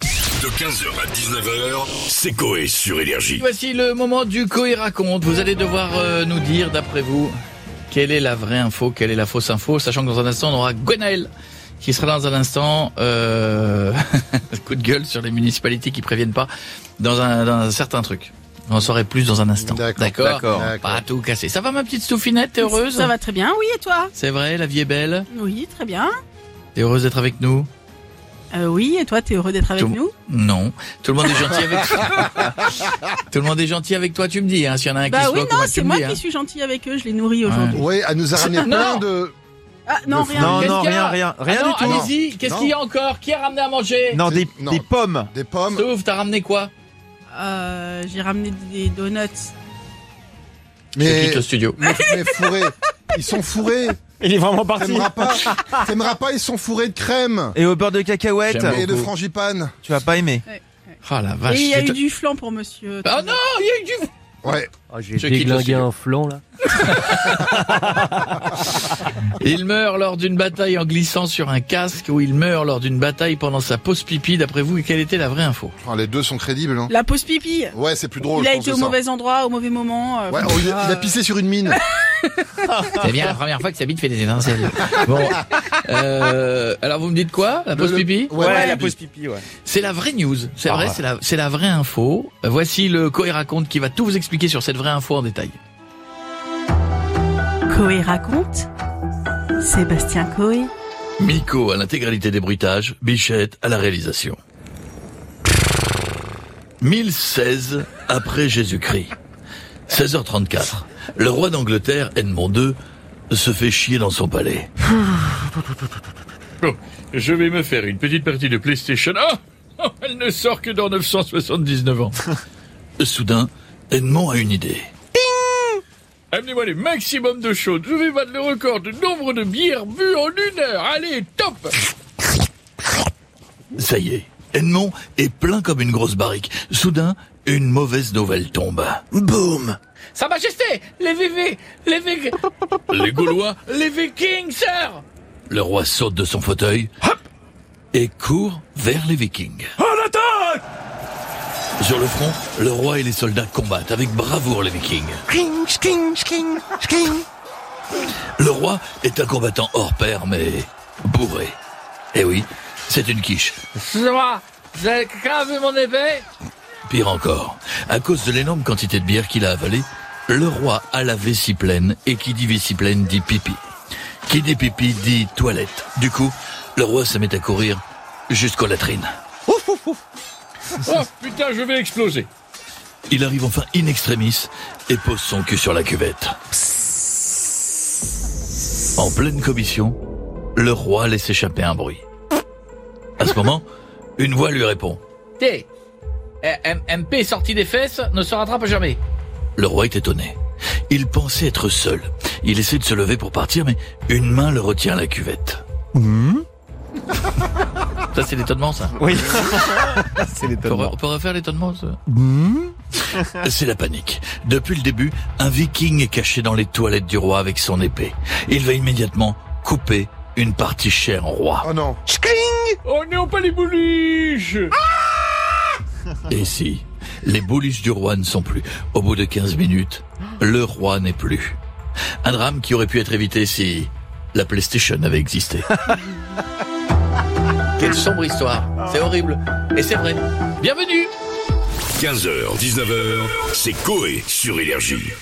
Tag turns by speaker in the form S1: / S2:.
S1: De 15h à 19h, c'est Coé sur Énergie.
S2: Voici le moment du Coé raconte. Vous allez devoir euh, nous dire, d'après vous, quelle est la vraie info, quelle est la fausse info, sachant que dans un instant, on aura Gwenaël qui sera dans un instant euh, coup de gueule sur les municipalités qui préviennent pas dans un, dans un certain truc. On en saurait plus dans un instant.
S3: D'accord,
S2: D'accord.
S3: d'accord.
S2: Pas à tout casser. Ça va ma petite Stoufinette, t'es heureuse
S4: Ça va très bien, oui, et toi
S2: C'est vrai, la vie est belle.
S4: Oui, très bien.
S2: T'es heureuse d'être avec nous
S4: Euh, oui, et toi, t'es heureux d'être avec
S2: Tout-
S4: nous
S2: Non. Tout le monde est gentil avec Tout le monde est gentil avec toi, tu me dis. Hein. S'il y en a un qui
S4: Bah
S2: se
S4: oui,
S2: bloque,
S4: non,
S2: moi,
S4: c'est
S2: tu me
S4: moi
S2: dis,
S4: qui
S2: hein.
S4: suis gentil avec eux, je les nourris aujourd'hui.
S3: Oui, elle nous a ramené plein de.
S4: Ah non, rien.
S5: Non,
S2: Qu'est-ce
S5: non,
S2: qu'il y a
S5: rien, rien, rien
S2: Ah non,
S5: du tout.
S2: Allez-y, qu'est-ce
S3: Non.
S2: qu'il y a encore Qui a ramené à manger
S5: Non, des,
S3: Non.
S5: des pommes.
S3: Des pommes.
S2: Sauf, t'as ramené quoi
S4: Euh, J'ai ramené des donuts.
S2: Je quitte
S3: Mais,
S2: le studio.
S3: mais, mais fourrés. Ils sont fourrés.
S5: Il est vraiment parti.
S3: T'aimeras pas. T'aimeras pas, ils sont fourrés de crème.
S5: Et au beurre de cacahuète,
S4: Ah,
S2: J'aime
S3: Et de
S2: beaucoup.
S3: frangipane.
S5: tu vas pas aimer.
S2: Ah la vache.
S4: et il y a
S2: c'est-
S4: eu du flan pour monsieur.
S2: Ah non, il y a eu du
S3: Ouais.
S6: Oh,
S2: Je
S6: J'ai
S2: quitte le
S6: déglingué
S2: studio.
S6: un flanc là.
S2: Il meurt lors d'une bataille en glissant sur un casque ou il meurt lors d'une bataille pendant sa pause pipi. D'après vous, quelle était la vraie info
S3: Enfin, les deux sont crédibles. hein.
S4: La pause pipi
S3: Ouais, Oh, c'est plus drôle.
S4: Il a
S3: je pense,
S4: été au
S3: que ça.
S4: mauvais endroit, au mauvais moment. euh,
S3: Ouais,
S4: enfin,
S3: oh, il, a, il a
S4: euh,
S3: pissé sur une mine.
S2: C'est bien la première fois que sa bite fait des étincelles. Bon, euh, alors vous me dites quoi La pause
S3: Le- le-
S2: pipi Ah
S3: Ouais,
S5: la pause pipi, ouais.
S2: C'est la vraie news. C'est vrai, c'est la, c'est la vraie info. Euh, Voici le Coé raconte qui va tout vous expliquer sur cette vraie info en détail.
S4: Coé raconte. Sébastien Coé.
S2: Miko à l'intégralité des bruitages, Bichette à la réalisation. 1016 après Jésus-Christ. 16h34. Le roi d'Angleterre, Edmond II, se fait chier dans son palais. Bon, je vais me faire une petite partie de PlayStation. Ah Oh, Elle ne sort que dans 979 ans. Euh, Soudain, Edmond a une idée. Amenez-moi les maximum de choses. Je vais battre le record de nombre de bières bues en une heure. Allez, top Ça y est, Edmond est plein comme une grosse barrique. Soudain, une mauvaise nouvelle tombe. Boum Sa Majesté Les VV Les VV Les Gaulois Les Vikings, sir Le roi saute de son fauteuil hop, et court vers les Vikings. Sur le front, le roi et les soldats combattent avec bravoure les Vikings. Le roi est un combattant hors pair, mais bourré. Eh oui, c'est une quiche.
S6: Excusez-moi, vous avez quelqu'un vu mon épée
S2: Pire encore, à cause de l'énorme quantité de bière qu'il a avalée, le roi a la vessie pleine, et qui dit vessie pleine dit pipi. Qui dit pipi dit toilette. Du coup, le roi se met à courir jusqu'aux latrines.
S7: Oh putain, je vais exploser.
S2: Il arrive enfin in extremis et pose son cul sur la cuvette. En pleine commission, le roi laisse échapper un bruit. À ce moment, une voix lui répond.
S6: T. MP sorti des fesses ne se rattrape jamais.
S2: Le roi est étonné. Il pensait être seul. Il essaie de se lever pour partir, mais une main le retient à la cuvette. ça, c'est l'étonnement, ça.
S5: Oui. C'est
S2: On peut,
S5: l'étonnement.
S2: on peut refaire l'étonnement, ça C'est la panique. Depuis le début, un viking est caché dans les toilettes du roi avec son épée. Il va immédiatement couper une partie chère au roi.
S3: Oh non.
S7: On est au palais Boulige.
S2: Ah Et si les bouliches du roi ne sont plus Au bout de 15 minutes, le roi n'est plus. Un drame qui aurait pu être évité si la PlayStation avait existé. Quelle sombre histoire. C'est horrible. Et c'est vrai. Bienvenue
S1: 15h, 19h, c'est Coé sur Énergie.